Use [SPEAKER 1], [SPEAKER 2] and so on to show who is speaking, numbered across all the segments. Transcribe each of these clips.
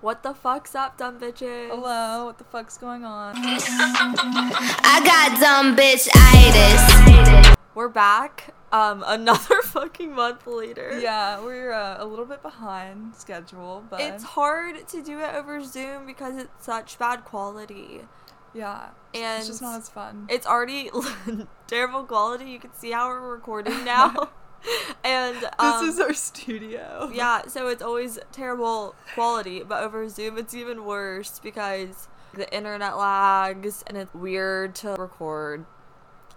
[SPEAKER 1] What the fuck's up, dumb bitches?
[SPEAKER 2] Hello, what the fuck's going on?
[SPEAKER 3] I got dumb bitch itis.
[SPEAKER 1] We're back. Um, another fucking month later.
[SPEAKER 2] Yeah, we're uh, a little bit behind schedule, but
[SPEAKER 1] It's hard to do it over Zoom because it's such bad quality.
[SPEAKER 2] yeah,
[SPEAKER 1] And
[SPEAKER 2] it's just not as fun.
[SPEAKER 1] It's already terrible quality. You can see how we're recording now. and um,
[SPEAKER 2] this is our studio.
[SPEAKER 1] yeah, so it's always terrible quality, but over Zoom it's even worse because the internet lags and it's weird to record.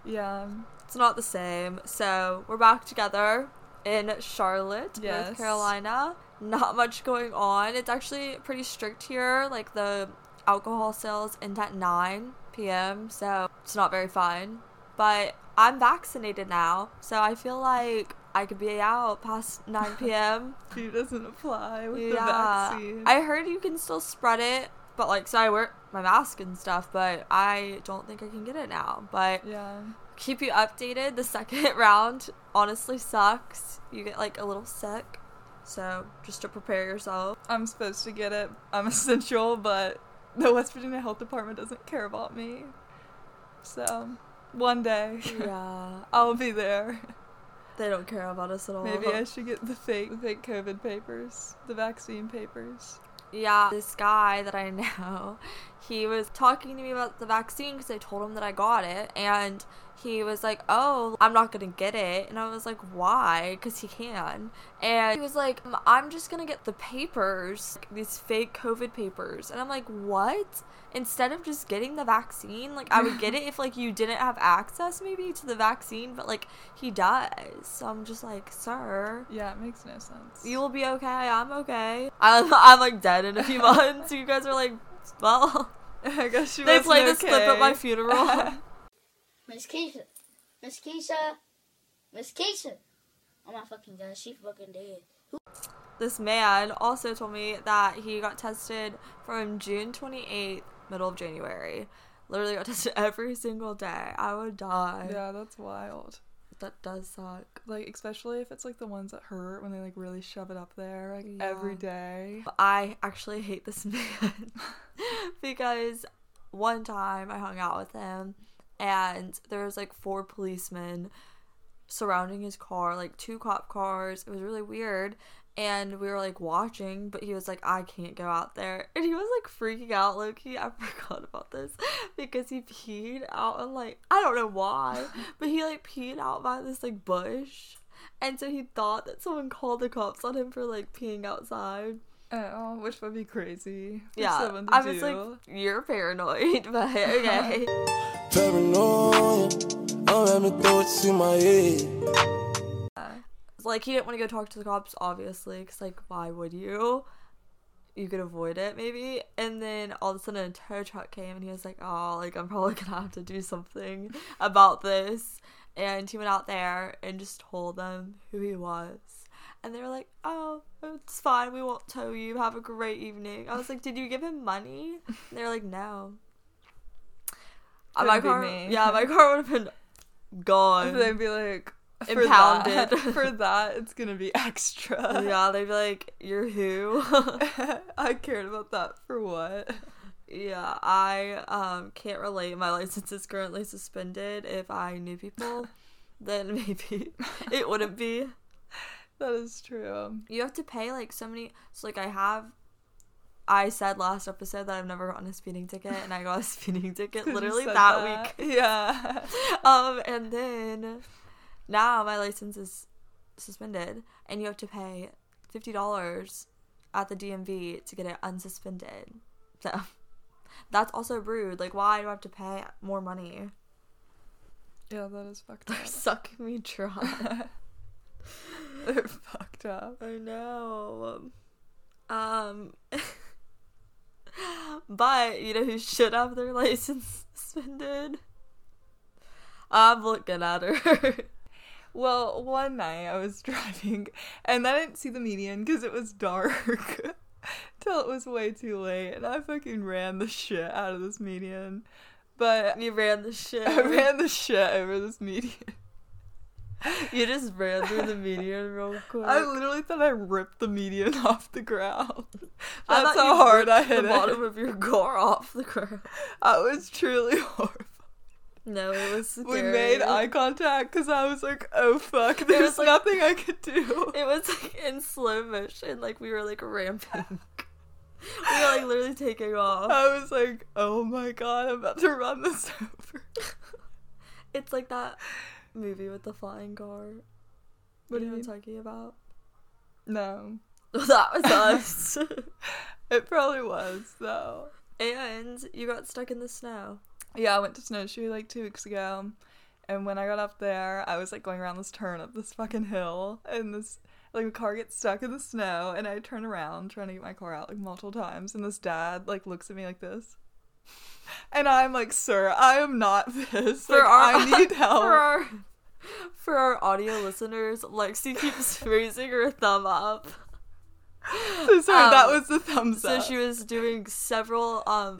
[SPEAKER 2] yeah,
[SPEAKER 1] It's not the same. So we're back together in Charlotte, North
[SPEAKER 2] Yes.
[SPEAKER 1] Carolina. Not much going on. It's actually pretty strict here. Like the alcohol sales end at 9 p.m., so it's not very fun. But I'm vaccinated now, so I feel like I could be out past 9 p.m.
[SPEAKER 2] She doesn't apply with the
[SPEAKER 1] yeah.
[SPEAKER 2] vaccine.
[SPEAKER 1] I heard you can still spread it, but like, so I wear my mask and stuff, but I don't think I can get it now. But
[SPEAKER 2] yeah,
[SPEAKER 1] keep you updated. The second round honestly sucks. You get like a little sick. So just to prepare yourself.
[SPEAKER 2] I'm supposed to get it. I'm essential, but the West Virginia Health Department doesn't care about me. So, one day
[SPEAKER 1] Yeah.
[SPEAKER 2] I'll be there.
[SPEAKER 1] They don't care about us at all.
[SPEAKER 2] Maybe I should get the fake, the fake COVID papers, the vaccine papers.
[SPEAKER 1] yeah, this guy that I know, he was talking to me about the vaccine because I told him that I got it. And he was like, Oh, I'm not going to get it. And I was like, Why? Because he can. And he was like, "Um, I'm just going to get the papers, like, these fake COVID papers. And I'm like, What? Instead of just getting the vaccine, like, I would get it if, like, you didn't have access maybe to the vaccine, but, like, he does. So I'm just like, Sir.
[SPEAKER 2] Yeah, it makes no sense.
[SPEAKER 1] You will be okay. I'm okay. I'm, I'm like dead in a few months. You guys are like, well,
[SPEAKER 2] I guess you
[SPEAKER 1] they
[SPEAKER 2] wasn't
[SPEAKER 1] play this clip at my
[SPEAKER 2] okay.
[SPEAKER 1] funeral.
[SPEAKER 4] Miss Keisha. Miss Keisha. Miss Keisha. Oh my fucking god, she fucking dead.
[SPEAKER 1] this man also told me that he got tested from June 28th, middle of January. Literally got tested every single day. I would die.
[SPEAKER 2] Yeah, that's wild.
[SPEAKER 1] That does suck.
[SPEAKER 2] Like especially if it's like the ones that hurt when they like really shove it up there like every day.
[SPEAKER 1] I actually hate this man because one time I hung out with him and there was like four policemen surrounding his car, like two cop cars. It was really weird. And we were like watching, but he was like, I can't go out there. And he was like freaking out, Loki. I forgot about this because he peed out and like, I don't know why, but he like peed out by this like bush. And so he thought that someone called the cops on him for like peeing outside.
[SPEAKER 2] Oh, which would be crazy. for
[SPEAKER 1] Yeah,
[SPEAKER 2] someone to
[SPEAKER 1] I was
[SPEAKER 2] do.
[SPEAKER 1] like, you're paranoid, but okay.
[SPEAKER 5] Paranoia, I'm having thoughts in my head.
[SPEAKER 1] like he didn't want to go talk to the cops, obviously, because like why would you? You could avoid it maybe. And then all of a sudden a tow truck came and he was like, oh, like I'm probably gonna have to do something about this. And he went out there and just told them who he was. And they were like, oh, it's fine. We won't tow you. Have a great evening. I was like, did you give him money? And they were like, no. Uh, my
[SPEAKER 2] Couldn't be
[SPEAKER 1] car,
[SPEAKER 2] me.
[SPEAKER 1] yeah, my car would have been gone.
[SPEAKER 2] And they'd be like for
[SPEAKER 1] Impounded.
[SPEAKER 2] That, for that, it's gonna be extra.
[SPEAKER 1] yeah, they'd be like, "You're who?"
[SPEAKER 2] I cared about that for what?
[SPEAKER 1] yeah, I um can't relate. My license is currently suspended. If I knew people, then maybe it wouldn't be.
[SPEAKER 2] That is true.
[SPEAKER 1] You have to pay like so many. So like, I have. I said last episode that I've never gotten a speeding ticket, and I got a speeding ticket
[SPEAKER 2] 'Cause you
[SPEAKER 1] literally
[SPEAKER 2] said
[SPEAKER 1] that,
[SPEAKER 2] that.
[SPEAKER 1] week.
[SPEAKER 2] Yeah.
[SPEAKER 1] Um, and then now my license is suspended, and you have to pay fifty dollars at the DMV to get it unsuspended. So that's also rude. Like, why do I have to pay more money?
[SPEAKER 2] yeah, that is fucked up.
[SPEAKER 1] Sucking me dry.
[SPEAKER 2] They're fucked up.
[SPEAKER 1] I know. Um. But you know who should have their license suspended? I'm looking at her.
[SPEAKER 2] Well, one night I was driving and I didn't see the median because it was dark till it was way too late, and I fucking ran the shit out of this median. But
[SPEAKER 1] you ran the shit.
[SPEAKER 2] I ran the shit over this median.
[SPEAKER 1] You just ran through the median real quick.
[SPEAKER 2] I literally thought I ripped the median off the ground.
[SPEAKER 1] I thought
[SPEAKER 2] That's how
[SPEAKER 1] you
[SPEAKER 2] hard I
[SPEAKER 1] ripped
[SPEAKER 2] hit
[SPEAKER 1] the
[SPEAKER 2] it.
[SPEAKER 1] bottom of your car off the ground.
[SPEAKER 2] I was truly horrified.
[SPEAKER 1] No, it was scary.
[SPEAKER 2] We made eye contact because I was like, "Oh fuck,
[SPEAKER 1] was
[SPEAKER 2] there's
[SPEAKER 1] like-
[SPEAKER 2] nothing I could do."
[SPEAKER 1] It was like in slow motion, like we were like ramping. we were like literally taking off.
[SPEAKER 2] I was like, "Oh my god, I'm about to run this over."
[SPEAKER 1] It's like that movie with the flying car.
[SPEAKER 2] What
[SPEAKER 1] What
[SPEAKER 2] do
[SPEAKER 1] are
[SPEAKER 2] you
[SPEAKER 1] you
[SPEAKER 2] mean?
[SPEAKER 1] talking about?
[SPEAKER 2] No,
[SPEAKER 1] Well, that was us.
[SPEAKER 2] it probably was though.
[SPEAKER 1] and you got stuck in the snow.
[SPEAKER 2] Yeah, I went to snowshoe like two weeks ago, and when I got up there, I was like going around this turn up this fucking hill, and this like a car gets stuck in the snow, and I turn around trying to get my car out like multiple times, and this dad like looks at me like this, and I'm like, "Sir, I am not this. Like, I need help."
[SPEAKER 1] For our, for our audio listeners, Lexi keeps raising her thumb up.
[SPEAKER 2] So sorry, that
[SPEAKER 1] Um,
[SPEAKER 2] was the thumbs
[SPEAKER 1] So
[SPEAKER 2] up.
[SPEAKER 1] she was doing several um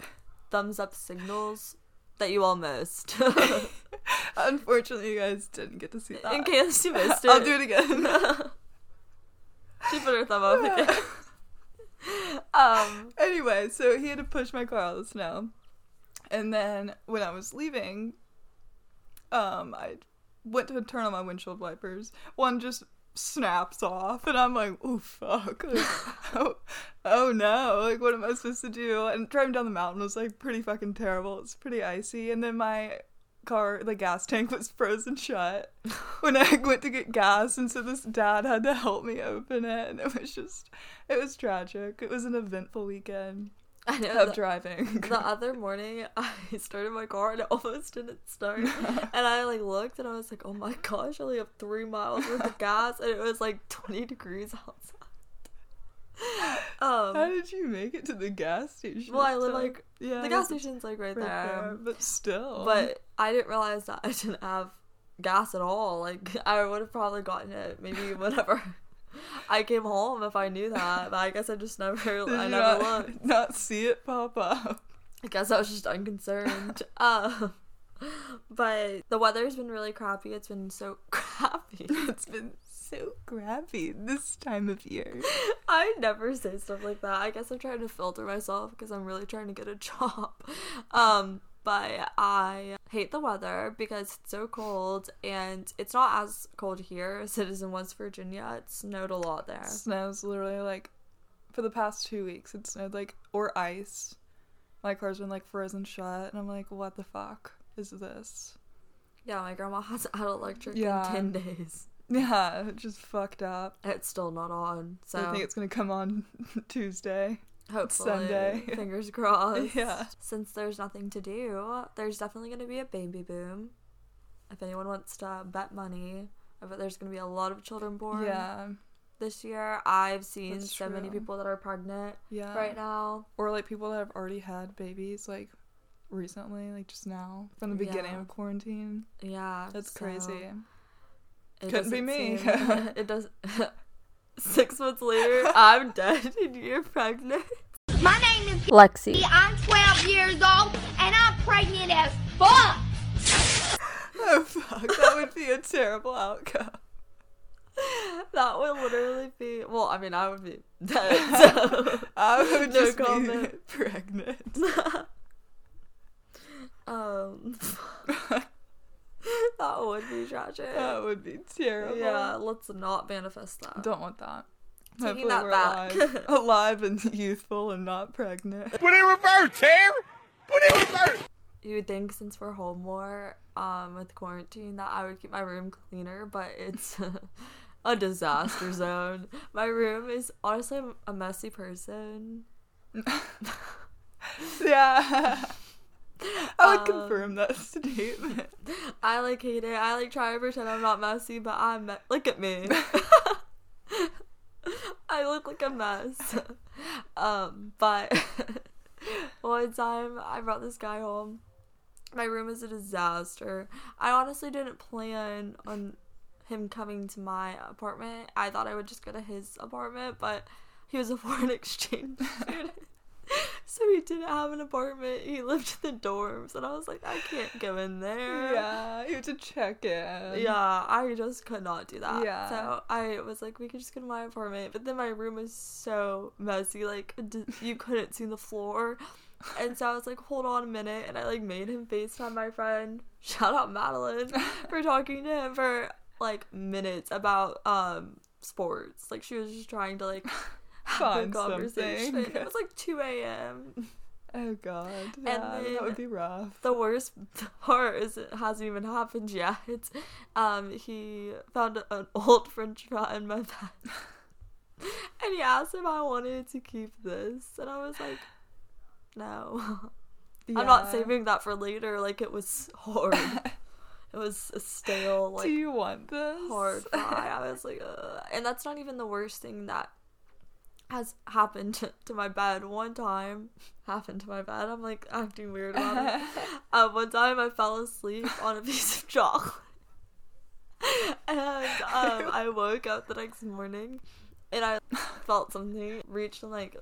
[SPEAKER 1] thumbs up signals that you all missed.
[SPEAKER 2] Unfortunately, you guys didn't get to see that.
[SPEAKER 1] In case you missed it.
[SPEAKER 2] I'll do it again.
[SPEAKER 1] she put her thumb up again. um
[SPEAKER 2] anyway, so he had to push my car out of the snow, and then when I was leaving, um, I went to turn on my windshield wipers. One just snaps off, and I'm like, "Oh fuck! Like, oh, oh no! Like, what am I supposed to do?" And driving down the mountain was like pretty fucking terrible. It's pretty icy, and then my car the gas tank was frozen shut when i went to get gas and so this dad had to help me open it and it was just it was tragic it was an eventful weekend
[SPEAKER 1] I know
[SPEAKER 2] of
[SPEAKER 1] that-
[SPEAKER 2] driving
[SPEAKER 1] the other morning I started my car and it almost didn't start. and I like looked and I was like, Oh my gosh, I only have three miles worth of gas and it was like twenty degrees outside. Um
[SPEAKER 2] how did you make it to the gas station
[SPEAKER 1] well I live
[SPEAKER 2] live
[SPEAKER 1] like
[SPEAKER 2] yeah
[SPEAKER 1] the gas station's like right,
[SPEAKER 2] right there
[SPEAKER 1] there. um,
[SPEAKER 2] but still
[SPEAKER 1] But I didn't realize that I didn't have gas at all. Like I would have probably gotten it maybe whenever I came home if I knew that. But I guess I just never
[SPEAKER 2] did
[SPEAKER 1] I
[SPEAKER 2] you
[SPEAKER 1] never
[SPEAKER 2] not,
[SPEAKER 1] looked.
[SPEAKER 2] not see it pop up
[SPEAKER 1] I guess I was just unconcerned. um but the weather's been really crappy. It's been so crappy.
[SPEAKER 2] it's been so crappy this time of year
[SPEAKER 1] I never say stuff like that. I guess I'm trying to filter myself because I'm really trying to get a job. Um, but I hate the weather because it's so cold and it's not as cold here as it is in West Virginia. It snowed a lot there.
[SPEAKER 2] snows literally like for the past two weeks it snowed like or ice my car's been like frozen shut and i'm like what the fuck is this
[SPEAKER 1] Yeah, my grandma hasn't had electric
[SPEAKER 2] Yeah.
[SPEAKER 1] in 10 days.
[SPEAKER 2] yeah it just fucked up
[SPEAKER 1] It's still not on. So
[SPEAKER 2] i think it's gonna come on tuesday
[SPEAKER 1] hopefully,
[SPEAKER 2] Sunday.
[SPEAKER 1] fingers crossed.
[SPEAKER 2] Yeah.
[SPEAKER 1] Since there's nothing to do, there's definitely going to be a baby boom. If anyone wants to bet money, I bet there's going to be a lot of children born.
[SPEAKER 2] yeah
[SPEAKER 1] this year. I've seen
[SPEAKER 2] That's
[SPEAKER 1] so many
[SPEAKER 2] true.
[SPEAKER 1] people that are pregnant
[SPEAKER 2] yeah
[SPEAKER 1] right now.
[SPEAKER 2] or like people that have already had babies like recently like just now from the beginning
[SPEAKER 1] Yeah.
[SPEAKER 2] of quarantine
[SPEAKER 1] Yeah,
[SPEAKER 2] that's
[SPEAKER 1] so
[SPEAKER 2] crazy
[SPEAKER 1] it
[SPEAKER 2] Couldn't be
[SPEAKER 1] doesn't
[SPEAKER 2] me.
[SPEAKER 1] seem- it does. Six months later, I'm dead and you're pregnant.
[SPEAKER 6] My name is
[SPEAKER 1] Lexi.
[SPEAKER 6] I'm 12 years old and I'm pregnant as fuck.
[SPEAKER 2] oh fuck that would be a terrible outcome
[SPEAKER 1] That would literally be. Well, I mean, I would be dead.
[SPEAKER 2] i would
[SPEAKER 1] No
[SPEAKER 2] just be
[SPEAKER 1] comment.
[SPEAKER 2] pregnant
[SPEAKER 1] So. um, that would be tragic.
[SPEAKER 2] that would be terrible
[SPEAKER 1] yeah, let's not manifest that.
[SPEAKER 2] Uh-huh. Don't want that.
[SPEAKER 1] Taking that back.
[SPEAKER 2] alive. alive and youthful and not pregnant.
[SPEAKER 1] you would think since we're home more um with quarantine that I would keep my room cleaner, but it's a disaster zone. My room is honestly I'm a messy person.
[SPEAKER 2] yeah. I would
[SPEAKER 1] Um,
[SPEAKER 2] confirm that statement.
[SPEAKER 1] I like hate it. I like try to pretend I'm not messy, but I'm me- look at me. I look like a mess. um, but one time I brought this guy home. My room is a disaster. I honestly didn't plan on him coming to my apartment. I thought I would just go to his apartment, but he was a foreign exchange student. So he didn't have an apartment. He lived in the dorms, and I was like, I can't go in there.
[SPEAKER 2] Yeah, you have to check in.
[SPEAKER 1] Yeah, I just could not do that.
[SPEAKER 2] Yeah.
[SPEAKER 1] So I was like, we could just go to my apartment. But then my room was so messy, like d- you couldn't see the floor. And so I was like, hold on a minute, and I like made him FaceTime my friend. Shout out Madeline for talking to him for like minutes about um sports. Like she was just trying to like have a
[SPEAKER 2] Find
[SPEAKER 1] conversation.
[SPEAKER 2] something.
[SPEAKER 1] It was like two a.m.
[SPEAKER 2] Oh god. Yeah,
[SPEAKER 1] then-
[SPEAKER 2] that would be rough.
[SPEAKER 1] the worst part is it hasn't even happened yet. Um, he found an old French fry in my bed, and he asked if I wanted to keep this, and I was like, "No, I'm
[SPEAKER 2] Yeah.
[SPEAKER 1] not saving that for later." Like it was hard. it was a stale,
[SPEAKER 2] Do
[SPEAKER 1] like
[SPEAKER 2] you want this?
[SPEAKER 1] hard fry. I was like, Ugh. and that's not even the worst thing that has happened to, to my bed. One time, happened to my bed. I'm like acting weird about it. Uh, one time I fell asleep on a piece of chocolate. and um, I woke up the next morning and I felt something reach and like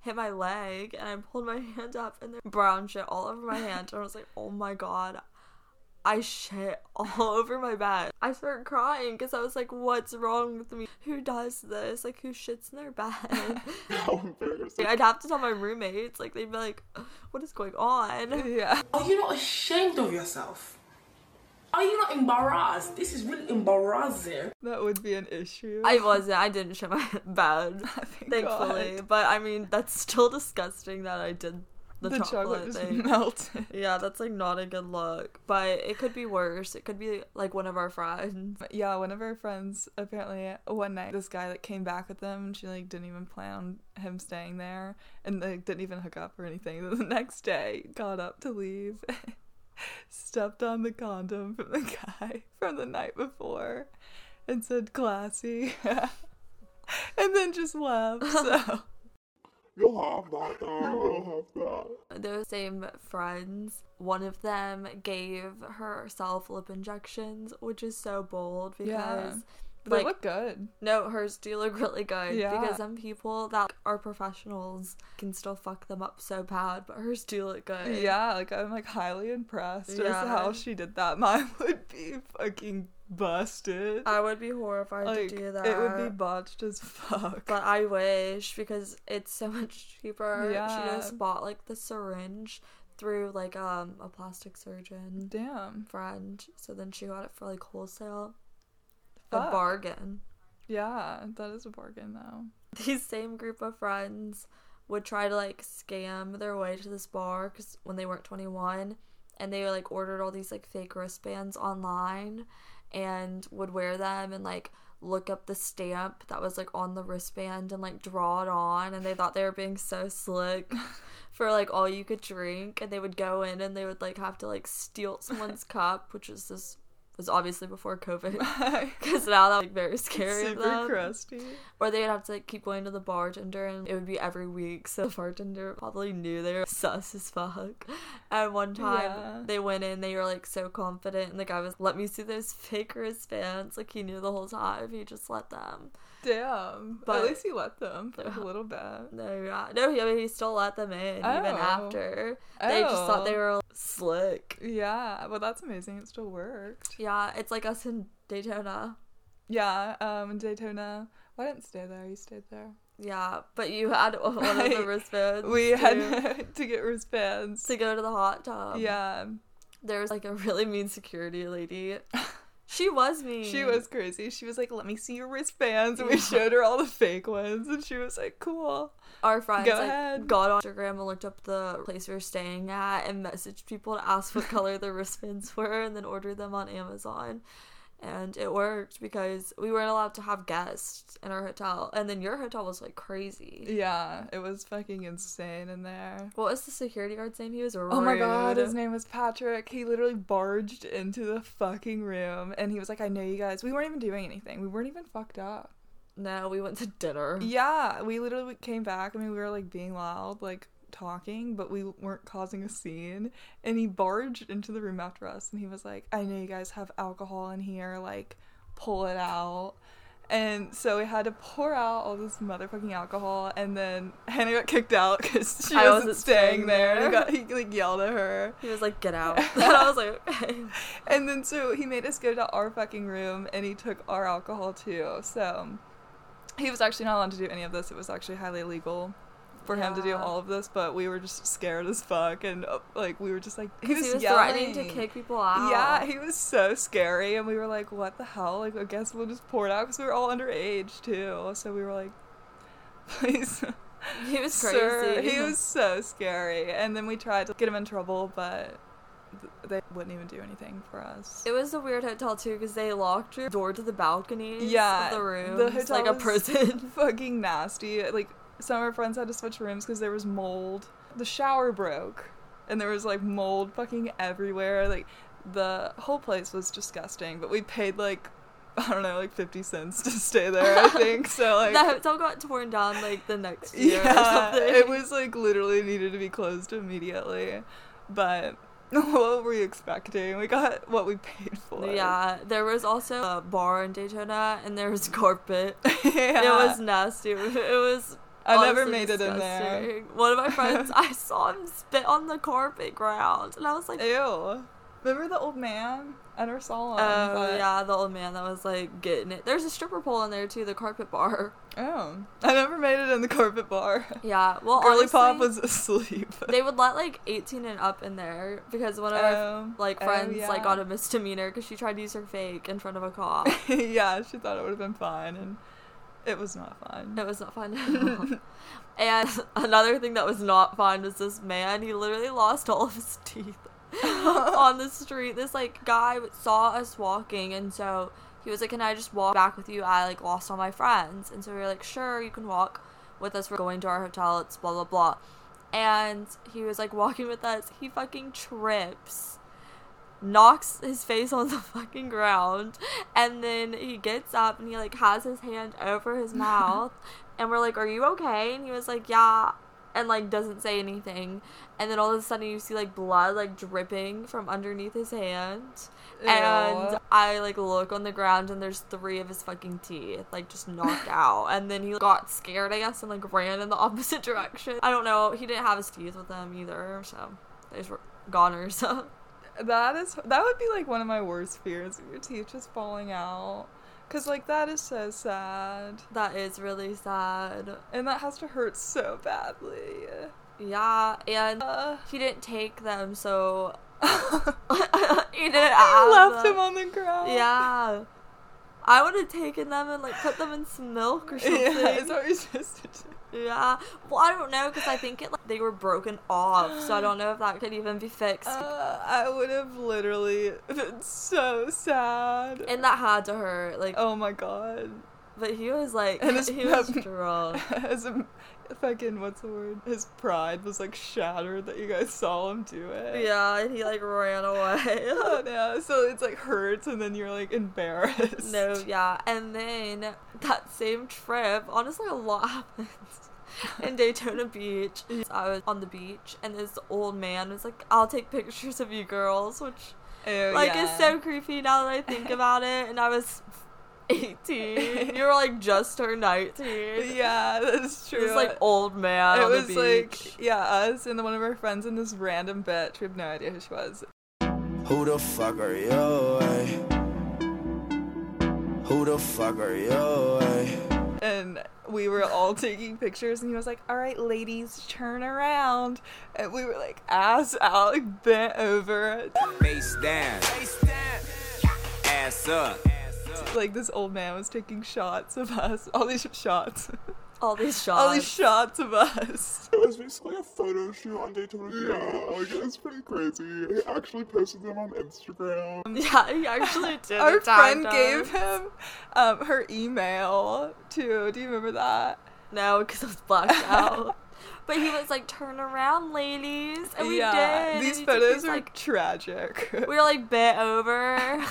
[SPEAKER 1] hit my leg and I pulled my hand up and there's brown shit all over my hand. And I was like, oh my god. I shit all over my bed. I started crying because I was like, what's wrong with me? Who does this? Like, who shits in their bed? Like, I'd have to tell my roommates. Like, they'd be like, what is going on?
[SPEAKER 2] yeah.
[SPEAKER 7] Are you not ashamed of yourself? Are you not embarrassed? This is really embarrassing.
[SPEAKER 2] That would be an issue.
[SPEAKER 1] I wasn't. I didn't shit my bed, thankfully. But I mean, that's still disgusting that I did the,
[SPEAKER 2] the
[SPEAKER 1] chocolate,
[SPEAKER 2] chocolate, just
[SPEAKER 1] thing.
[SPEAKER 2] melted.
[SPEAKER 1] Yeah, that's like not a good look. But it could be worse. It could be like one of our friends.
[SPEAKER 2] But yeah, one of our friends apparently one night this guy like came back with them and she like didn't even plan on him staying there and like didn't even hook up or anything. Then the next day got up to leave stepped on the condom from the guy from the night before and said classy and then just left. So
[SPEAKER 1] Those same friends, one of them gave herself lip injections, which is so bold because.
[SPEAKER 2] Yeah. they
[SPEAKER 1] Like
[SPEAKER 2] look good.
[SPEAKER 1] no, hers do look really good
[SPEAKER 2] Yeah.
[SPEAKER 1] because some people that are professionals can still fuck them up so bad, but hers do look good.
[SPEAKER 2] Yeah, like I'm like highly impressed
[SPEAKER 1] eh. Yeah.
[SPEAKER 2] with how she did that. Mine would be fucking busted.
[SPEAKER 1] I would be horrified
[SPEAKER 2] like
[SPEAKER 1] to do that.
[SPEAKER 2] it would be botched as fuck.
[SPEAKER 1] but I wish because it's so much cheaper. She
[SPEAKER 2] Yeah.
[SPEAKER 1] just bought like the syringe through like um a plastic surgeon
[SPEAKER 2] Damn.
[SPEAKER 1] friend. So then she got it for like wholesale. A
[SPEAKER 2] Fuck.
[SPEAKER 1] bargain.
[SPEAKER 2] Yeah, that is a bargain though.
[SPEAKER 1] These same group of friends would try to like scam their way to this bar because when they weren't 21 and they like ordered all these like fake wristbands online and would wear them and like look up the stamp that was like on the wristband and like draw it on and they thought they were being so slick for like all you could drink and they would go in and they would like have to like steal someone's cup which is this was obviously before covid because now that's like very scary of
[SPEAKER 2] Super
[SPEAKER 1] them.
[SPEAKER 2] crusty.
[SPEAKER 1] Or they'd have to like keep going to the bartender and it would be every week. So the bartender probably knew they were sus as fuck. And one time
[SPEAKER 2] Yeah.
[SPEAKER 1] they went in, they were like so confident and the guy was let me see those fake wristbands. Like he knew the whole time. He just let them.
[SPEAKER 2] Damn.
[SPEAKER 1] But-
[SPEAKER 2] At least you let them for a little bit.
[SPEAKER 1] No, yeah. No, he, I mean, he still let them in even
[SPEAKER 2] Oh.
[SPEAKER 1] after. They just thought they
[SPEAKER 2] Oh.
[SPEAKER 1] were slick.
[SPEAKER 2] Yeah, well that's amazing. It still worked.
[SPEAKER 1] Yeah, it's like us in Daytona.
[SPEAKER 2] Yeah, um in Daytona. Well, I didn't stay there, you stayed there.
[SPEAKER 1] Yeah, but you had one of the
[SPEAKER 2] Right.
[SPEAKER 1] wristbands.
[SPEAKER 2] We
[SPEAKER 1] too,
[SPEAKER 2] had to get wristbands.
[SPEAKER 1] to go to the hot tub.
[SPEAKER 2] Yeah.
[SPEAKER 1] there's like a really mean security lady. She was mean.
[SPEAKER 2] She was crazy. She was like, Let me see your wristbands and we showed her all the fake ones and she was like, Cool.
[SPEAKER 1] Our friends
[SPEAKER 2] Go
[SPEAKER 1] like
[SPEAKER 2] ahead.
[SPEAKER 1] got on Instagram and looked up the place we were staying at and messaged people to ask what color their wristbands were and then ordered them on Amazon. And it worked because we weren't allowed to have guests in our hotel. And then your hotel was like crazy.
[SPEAKER 2] Yeah, it was fucking insane in there.
[SPEAKER 1] What was the security guard's name? He was rude.
[SPEAKER 2] Oh my god, his name was Patrick. He literally barged into the fucking room and he was like, I know you guys. We weren't even doing anything. We weren't even fucked up.
[SPEAKER 1] No, we went to dinner.
[SPEAKER 2] Yeah, we literally came back. I mean, we were like being loud, like talking, but we weren't causing a scene. And he barged into the room after us and he was like, I know you guys have alcohol in here. Like, pull it out. And so we had to pour out all this motherfucking alcohol, and then Hannah got kicked out because she
[SPEAKER 1] I
[SPEAKER 2] wasn't,
[SPEAKER 1] wasn't
[SPEAKER 2] staying
[SPEAKER 1] staying
[SPEAKER 2] there. And he
[SPEAKER 1] there.
[SPEAKER 2] got he like yelled at her,
[SPEAKER 1] He was like, "Get out!" and I was like, "Okay."
[SPEAKER 2] and then so he made us go to our fucking room, and he took our alcohol too. So he was actually not allowed to do any of this. It was actually highly illegal for him to do
[SPEAKER 1] Yeah.
[SPEAKER 2] all of this, but we were just scared as fuck, and uh, like we were just like he was,
[SPEAKER 1] he was threatening to
[SPEAKER 2] yelling.
[SPEAKER 1] kick people out.
[SPEAKER 2] Yeah, he was so scary, and we were like, "What the hell?" Like, I guess we'll just pour it out because we were all underage too. So we were like, "Please,
[SPEAKER 1] he, was crazy.
[SPEAKER 2] sir." He was so scary, and then we tried to get him in trouble, but th- they wouldn't even do anything for us.
[SPEAKER 1] It was a weird hotel too because they locked your door to the balcony.
[SPEAKER 2] Yeah,
[SPEAKER 1] of the
[SPEAKER 2] the
[SPEAKER 1] room.
[SPEAKER 2] hotel
[SPEAKER 1] like a
[SPEAKER 2] was-
[SPEAKER 1] prison.
[SPEAKER 2] Fucking nasty. Like some of our friends had to switch rooms because there was mold. The shower broke, and there was like mold fucking everywhere. Like the whole place was disgusting. But we paid like I don't know, like fifty cents to stay there. I think so. Like
[SPEAKER 1] the hotel got torn down like the next year
[SPEAKER 2] yeah,
[SPEAKER 1] or something.
[SPEAKER 2] it was like literally needed to be closed immediately. But what were we expecting? We got what we paid for.
[SPEAKER 1] Yeah, there was also a bar in Daytona, and there was carpet.
[SPEAKER 2] yeah.
[SPEAKER 1] It was nasty. It was.
[SPEAKER 2] I never
[SPEAKER 1] honestly
[SPEAKER 2] made it in there.
[SPEAKER 1] disgusting. One of my friends, I saw him spit on the carpet ground, and I was like,
[SPEAKER 2] Ew. Remember the old man? I never saw him.
[SPEAKER 1] "Oh
[SPEAKER 2] but-
[SPEAKER 1] yeah, the old man that was like getting it." There's a stripper pole in there too, the carpet bar.
[SPEAKER 2] Oh. I never made it in the carpet bar.
[SPEAKER 1] Yeah, well,
[SPEAKER 2] Girly Pop
[SPEAKER 1] honestly,
[SPEAKER 2] was asleep.
[SPEAKER 1] They would let like 18 and up in there because one of our
[SPEAKER 2] Oh,
[SPEAKER 1] like
[SPEAKER 2] oh,
[SPEAKER 1] friends
[SPEAKER 2] yeah.
[SPEAKER 1] like got a misdemeanor because she tried to use her fake in front of a cop.
[SPEAKER 2] yeah, she thought it would have been fine, and it was not fine.
[SPEAKER 1] It was not fun. at all. and another thing that was not fun was this man. He literally lost all of his teeth on the street. This like guy saw us walking, and so he was like, "Can I just walk back with you? I like lost all my friends." And so we were like, "Sure, you can walk with us. We're going to our hotel. It's blah blah blah." And he was like walking with us. He fucking trips knocks his face on the fucking ground and then he gets up and he like has his hand over his mouth and we're like are you okay and he was like yeah and like doesn't say anything and then all of a sudden you see like blood like dripping from underneath his hand
[SPEAKER 2] Ew.
[SPEAKER 1] and i like look on the ground and there's three of his fucking teeth like just knocked out and then he got scared i guess and like ran in the opposite direction i don't know he didn't have his teeth with him either so they just were goners
[SPEAKER 2] That is that would be like one of my worst fears. Your teeth just falling out, cause like that is so sad,
[SPEAKER 1] That is really sad.
[SPEAKER 2] and that has to hurt so badly.
[SPEAKER 1] Yeah, and
[SPEAKER 2] Uh,
[SPEAKER 1] he didn't take them, so
[SPEAKER 2] I
[SPEAKER 1] he didn't ask.
[SPEAKER 2] left him on the ground.
[SPEAKER 1] Yeah, I would have taken them and like put them in some milk or something.
[SPEAKER 2] yeah,
[SPEAKER 1] Yeah,
[SPEAKER 2] is what you're supposed to do.
[SPEAKER 1] well, I don't know because I think it like they were broken off, so I don't know if that could even be fixed.
[SPEAKER 2] Uh, I would have literally been so sad.
[SPEAKER 1] and that had to hurt, like.
[SPEAKER 2] oh my god.
[SPEAKER 1] But he was like,
[SPEAKER 2] And his-
[SPEAKER 1] he was drunk.
[SPEAKER 2] As a fucking, what's the word? His pride was like shattered that you guys saw him do it.
[SPEAKER 1] Yeah, and he like ran away.
[SPEAKER 2] Oh no. So it's like hurts and then you're like embarrassed.
[SPEAKER 1] No, yeah. And then that same trip, honestly, a lot happens in Daytona Beach. I was on the beach, and this old man was like, I'll take pictures of you girls, which,
[SPEAKER 2] Ew,
[SPEAKER 1] like,
[SPEAKER 2] Oh, yeah.
[SPEAKER 1] is so creepy now that I think about it. And I was 18. You were, like, just turned 19.
[SPEAKER 2] Yeah, that's true.
[SPEAKER 1] This, like, old man
[SPEAKER 2] it
[SPEAKER 1] on
[SPEAKER 2] was
[SPEAKER 1] the beach.
[SPEAKER 2] like, yeah, us and then one of our friends and this random bitch. We have no idea who she was.
[SPEAKER 5] Who the fuck are you? ay? Who the fuck are you? eh? ay?
[SPEAKER 2] and we were all taking pictures and he was like all right ladies turn around and we were like ass out like bent over
[SPEAKER 8] Face down. Ass up.
[SPEAKER 2] like this old man was taking shots of us all these shots
[SPEAKER 1] all these shots.
[SPEAKER 2] all these shots of us
[SPEAKER 9] It was basically a photo shoot on Daytona Beach. Yeah, like it's pretty crazy. He actually posted them on Instagram.
[SPEAKER 1] yeah, he actually did.
[SPEAKER 2] our
[SPEAKER 1] attack
[SPEAKER 2] friend
[SPEAKER 1] us.
[SPEAKER 2] gave him um, her email too do you remember that
[SPEAKER 1] No, because I was blacked out. But he was like, "Turn around, ladies," and we did. and
[SPEAKER 2] these
[SPEAKER 1] he took
[SPEAKER 2] photos
[SPEAKER 1] these,
[SPEAKER 2] are
[SPEAKER 1] like
[SPEAKER 2] tragic
[SPEAKER 1] we were like bent over.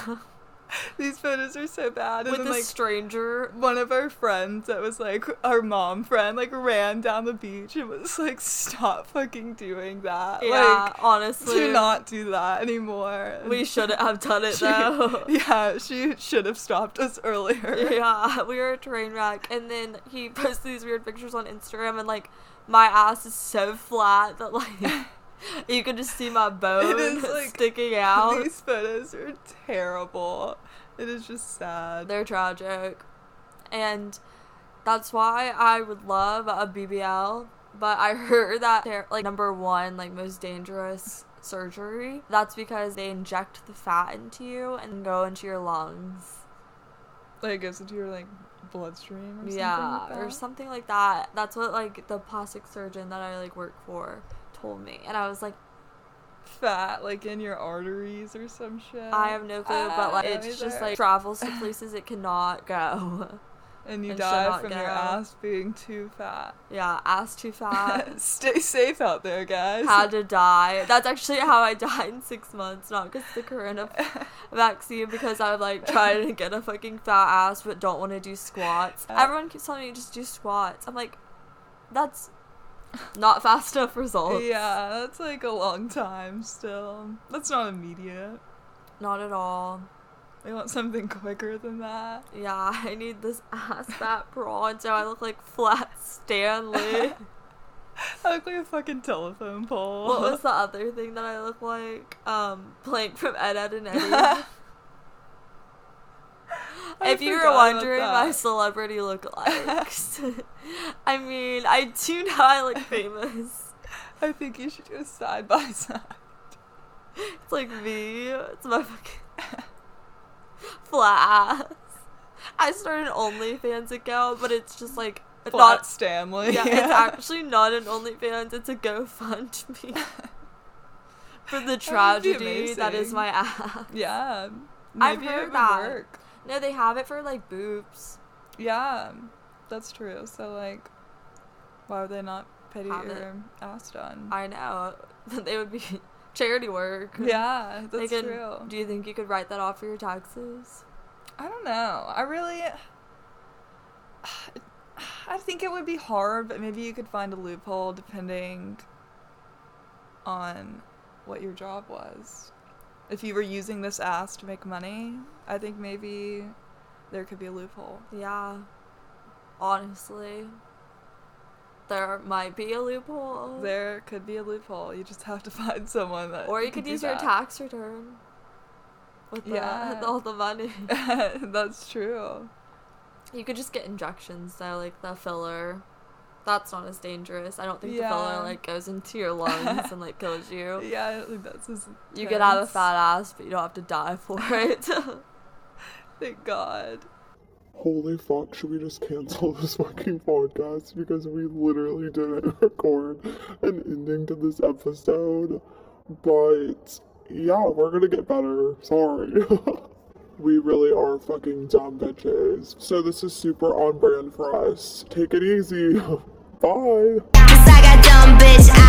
[SPEAKER 2] These photos are so bad. And
[SPEAKER 1] with
[SPEAKER 2] then,
[SPEAKER 1] a
[SPEAKER 2] like,
[SPEAKER 1] stranger.
[SPEAKER 2] one of our friends that was like our mom friend like ran down the beach and was like stop fucking doing that
[SPEAKER 1] Yeah,
[SPEAKER 2] like
[SPEAKER 1] honestly,
[SPEAKER 2] do not do that anymore And
[SPEAKER 1] we shouldn't have done it
[SPEAKER 2] she-
[SPEAKER 1] though.
[SPEAKER 2] yeah she should have stopped us earlier
[SPEAKER 1] yeah, we were a train wreck. And then he posted these weird pictures on Instagram, and like my ass is so flat that like you can just see my bone
[SPEAKER 2] is, like,
[SPEAKER 1] sticking out.
[SPEAKER 2] these photos are terrible it is just sad
[SPEAKER 1] They're tragic, and that's why I would love a BBL. But I heard that they're like number one, like most dangerous surgery. That's because they inject the fat into you and go into your lungs.
[SPEAKER 2] like it goes into your like bloodstream or
[SPEAKER 1] yeah
[SPEAKER 2] something like
[SPEAKER 1] or
[SPEAKER 2] that.
[SPEAKER 1] something like that that's what like the plastic surgeon that i like work for told me and i was like
[SPEAKER 2] fat like in your arteries or some shit
[SPEAKER 1] i have no clue
[SPEAKER 2] Ah,
[SPEAKER 1] but like it's
[SPEAKER 2] me
[SPEAKER 1] just
[SPEAKER 2] neither.
[SPEAKER 1] like travels to places it cannot go
[SPEAKER 2] and you
[SPEAKER 1] and shall
[SPEAKER 2] die
[SPEAKER 1] not
[SPEAKER 2] from
[SPEAKER 1] go.
[SPEAKER 2] your ass being too fat
[SPEAKER 1] yeah ass too fat
[SPEAKER 2] Stay safe out there, guys.
[SPEAKER 1] had to die that's actually how i died in six months not because the corona vaccine because i'm like trying to get a fucking fat ass but don't want to do squats everyone keeps telling me just do squats i'm like that's not fast enough results
[SPEAKER 2] yeah, that's like a long time still. That's not immediate.
[SPEAKER 1] not at all
[SPEAKER 2] We want something quicker than that.
[SPEAKER 1] Yeah, I need this ass fat prawn so I look like Flat Stanley.
[SPEAKER 2] I look like a fucking telephone pole.
[SPEAKER 1] what was the other thing that I look like? Um, Plank from Ed, Ed, and Eddie.
[SPEAKER 2] I
[SPEAKER 1] if you were
[SPEAKER 2] forgot about
[SPEAKER 1] wondering
[SPEAKER 2] that.
[SPEAKER 1] my celebrity lookalikes, I mean, I do know I look famous.
[SPEAKER 2] I think you should do a side by side.
[SPEAKER 1] It's like me. It's my fucking flat ass. I started an OnlyFans account, but it's just like
[SPEAKER 2] Not
[SPEAKER 1] not
[SPEAKER 2] Stanley.
[SPEAKER 1] Yeah, it's actually not an OnlyFans. It's a GoFundMe for the tragedy that is
[SPEAKER 2] amazing.
[SPEAKER 1] my ass.
[SPEAKER 2] Yeah.
[SPEAKER 1] I've
[SPEAKER 2] Maybe it
[SPEAKER 1] heard
[SPEAKER 2] would
[SPEAKER 1] that.
[SPEAKER 2] work.
[SPEAKER 1] No, they have it for like boobs.
[SPEAKER 2] Yeah, that's true. So like, why would they not pity
[SPEAKER 1] Have it.
[SPEAKER 2] your ass done?
[SPEAKER 1] I know they would be charity work.
[SPEAKER 2] yeah,
[SPEAKER 1] They
[SPEAKER 2] that's
[SPEAKER 1] could-
[SPEAKER 2] true.
[SPEAKER 1] Do you think you could write that off for your taxes?
[SPEAKER 2] I don't know. I really. I think it would be hard, but maybe you could find a loophole depending on what your job was. If you were using this ass to make money, I think maybe there could be a loophole.
[SPEAKER 1] Yeah. Honestly, there might be a loophole.
[SPEAKER 2] There could be a loophole. You just have to find someone that.
[SPEAKER 1] or you
[SPEAKER 2] can
[SPEAKER 1] could
[SPEAKER 2] do
[SPEAKER 1] use your
[SPEAKER 2] that.
[SPEAKER 1] tax return with, the,
[SPEAKER 2] Yeah.
[SPEAKER 1] with all the money.
[SPEAKER 2] That's true.
[SPEAKER 1] You could just get injections though, like the filler. That's not as dangerous. I don't think the
[SPEAKER 2] Yeah.
[SPEAKER 1] filler like goes into your lungs and like kills you.
[SPEAKER 2] Yeah, I don't think that's as.
[SPEAKER 1] You could have a
[SPEAKER 2] intense.
[SPEAKER 1] fat ass, but you don't have to die for it.
[SPEAKER 2] Thank God.
[SPEAKER 9] Holy fuck, should we just cancel this fucking podcast because we literally didn't record an ending to this episode? But yeah, we're gonna get better. Sorry. we really are fucking dumb bitches. So this is super on brand for us. Take it easy. Bye.
[SPEAKER 3] Cause I got dumb bitch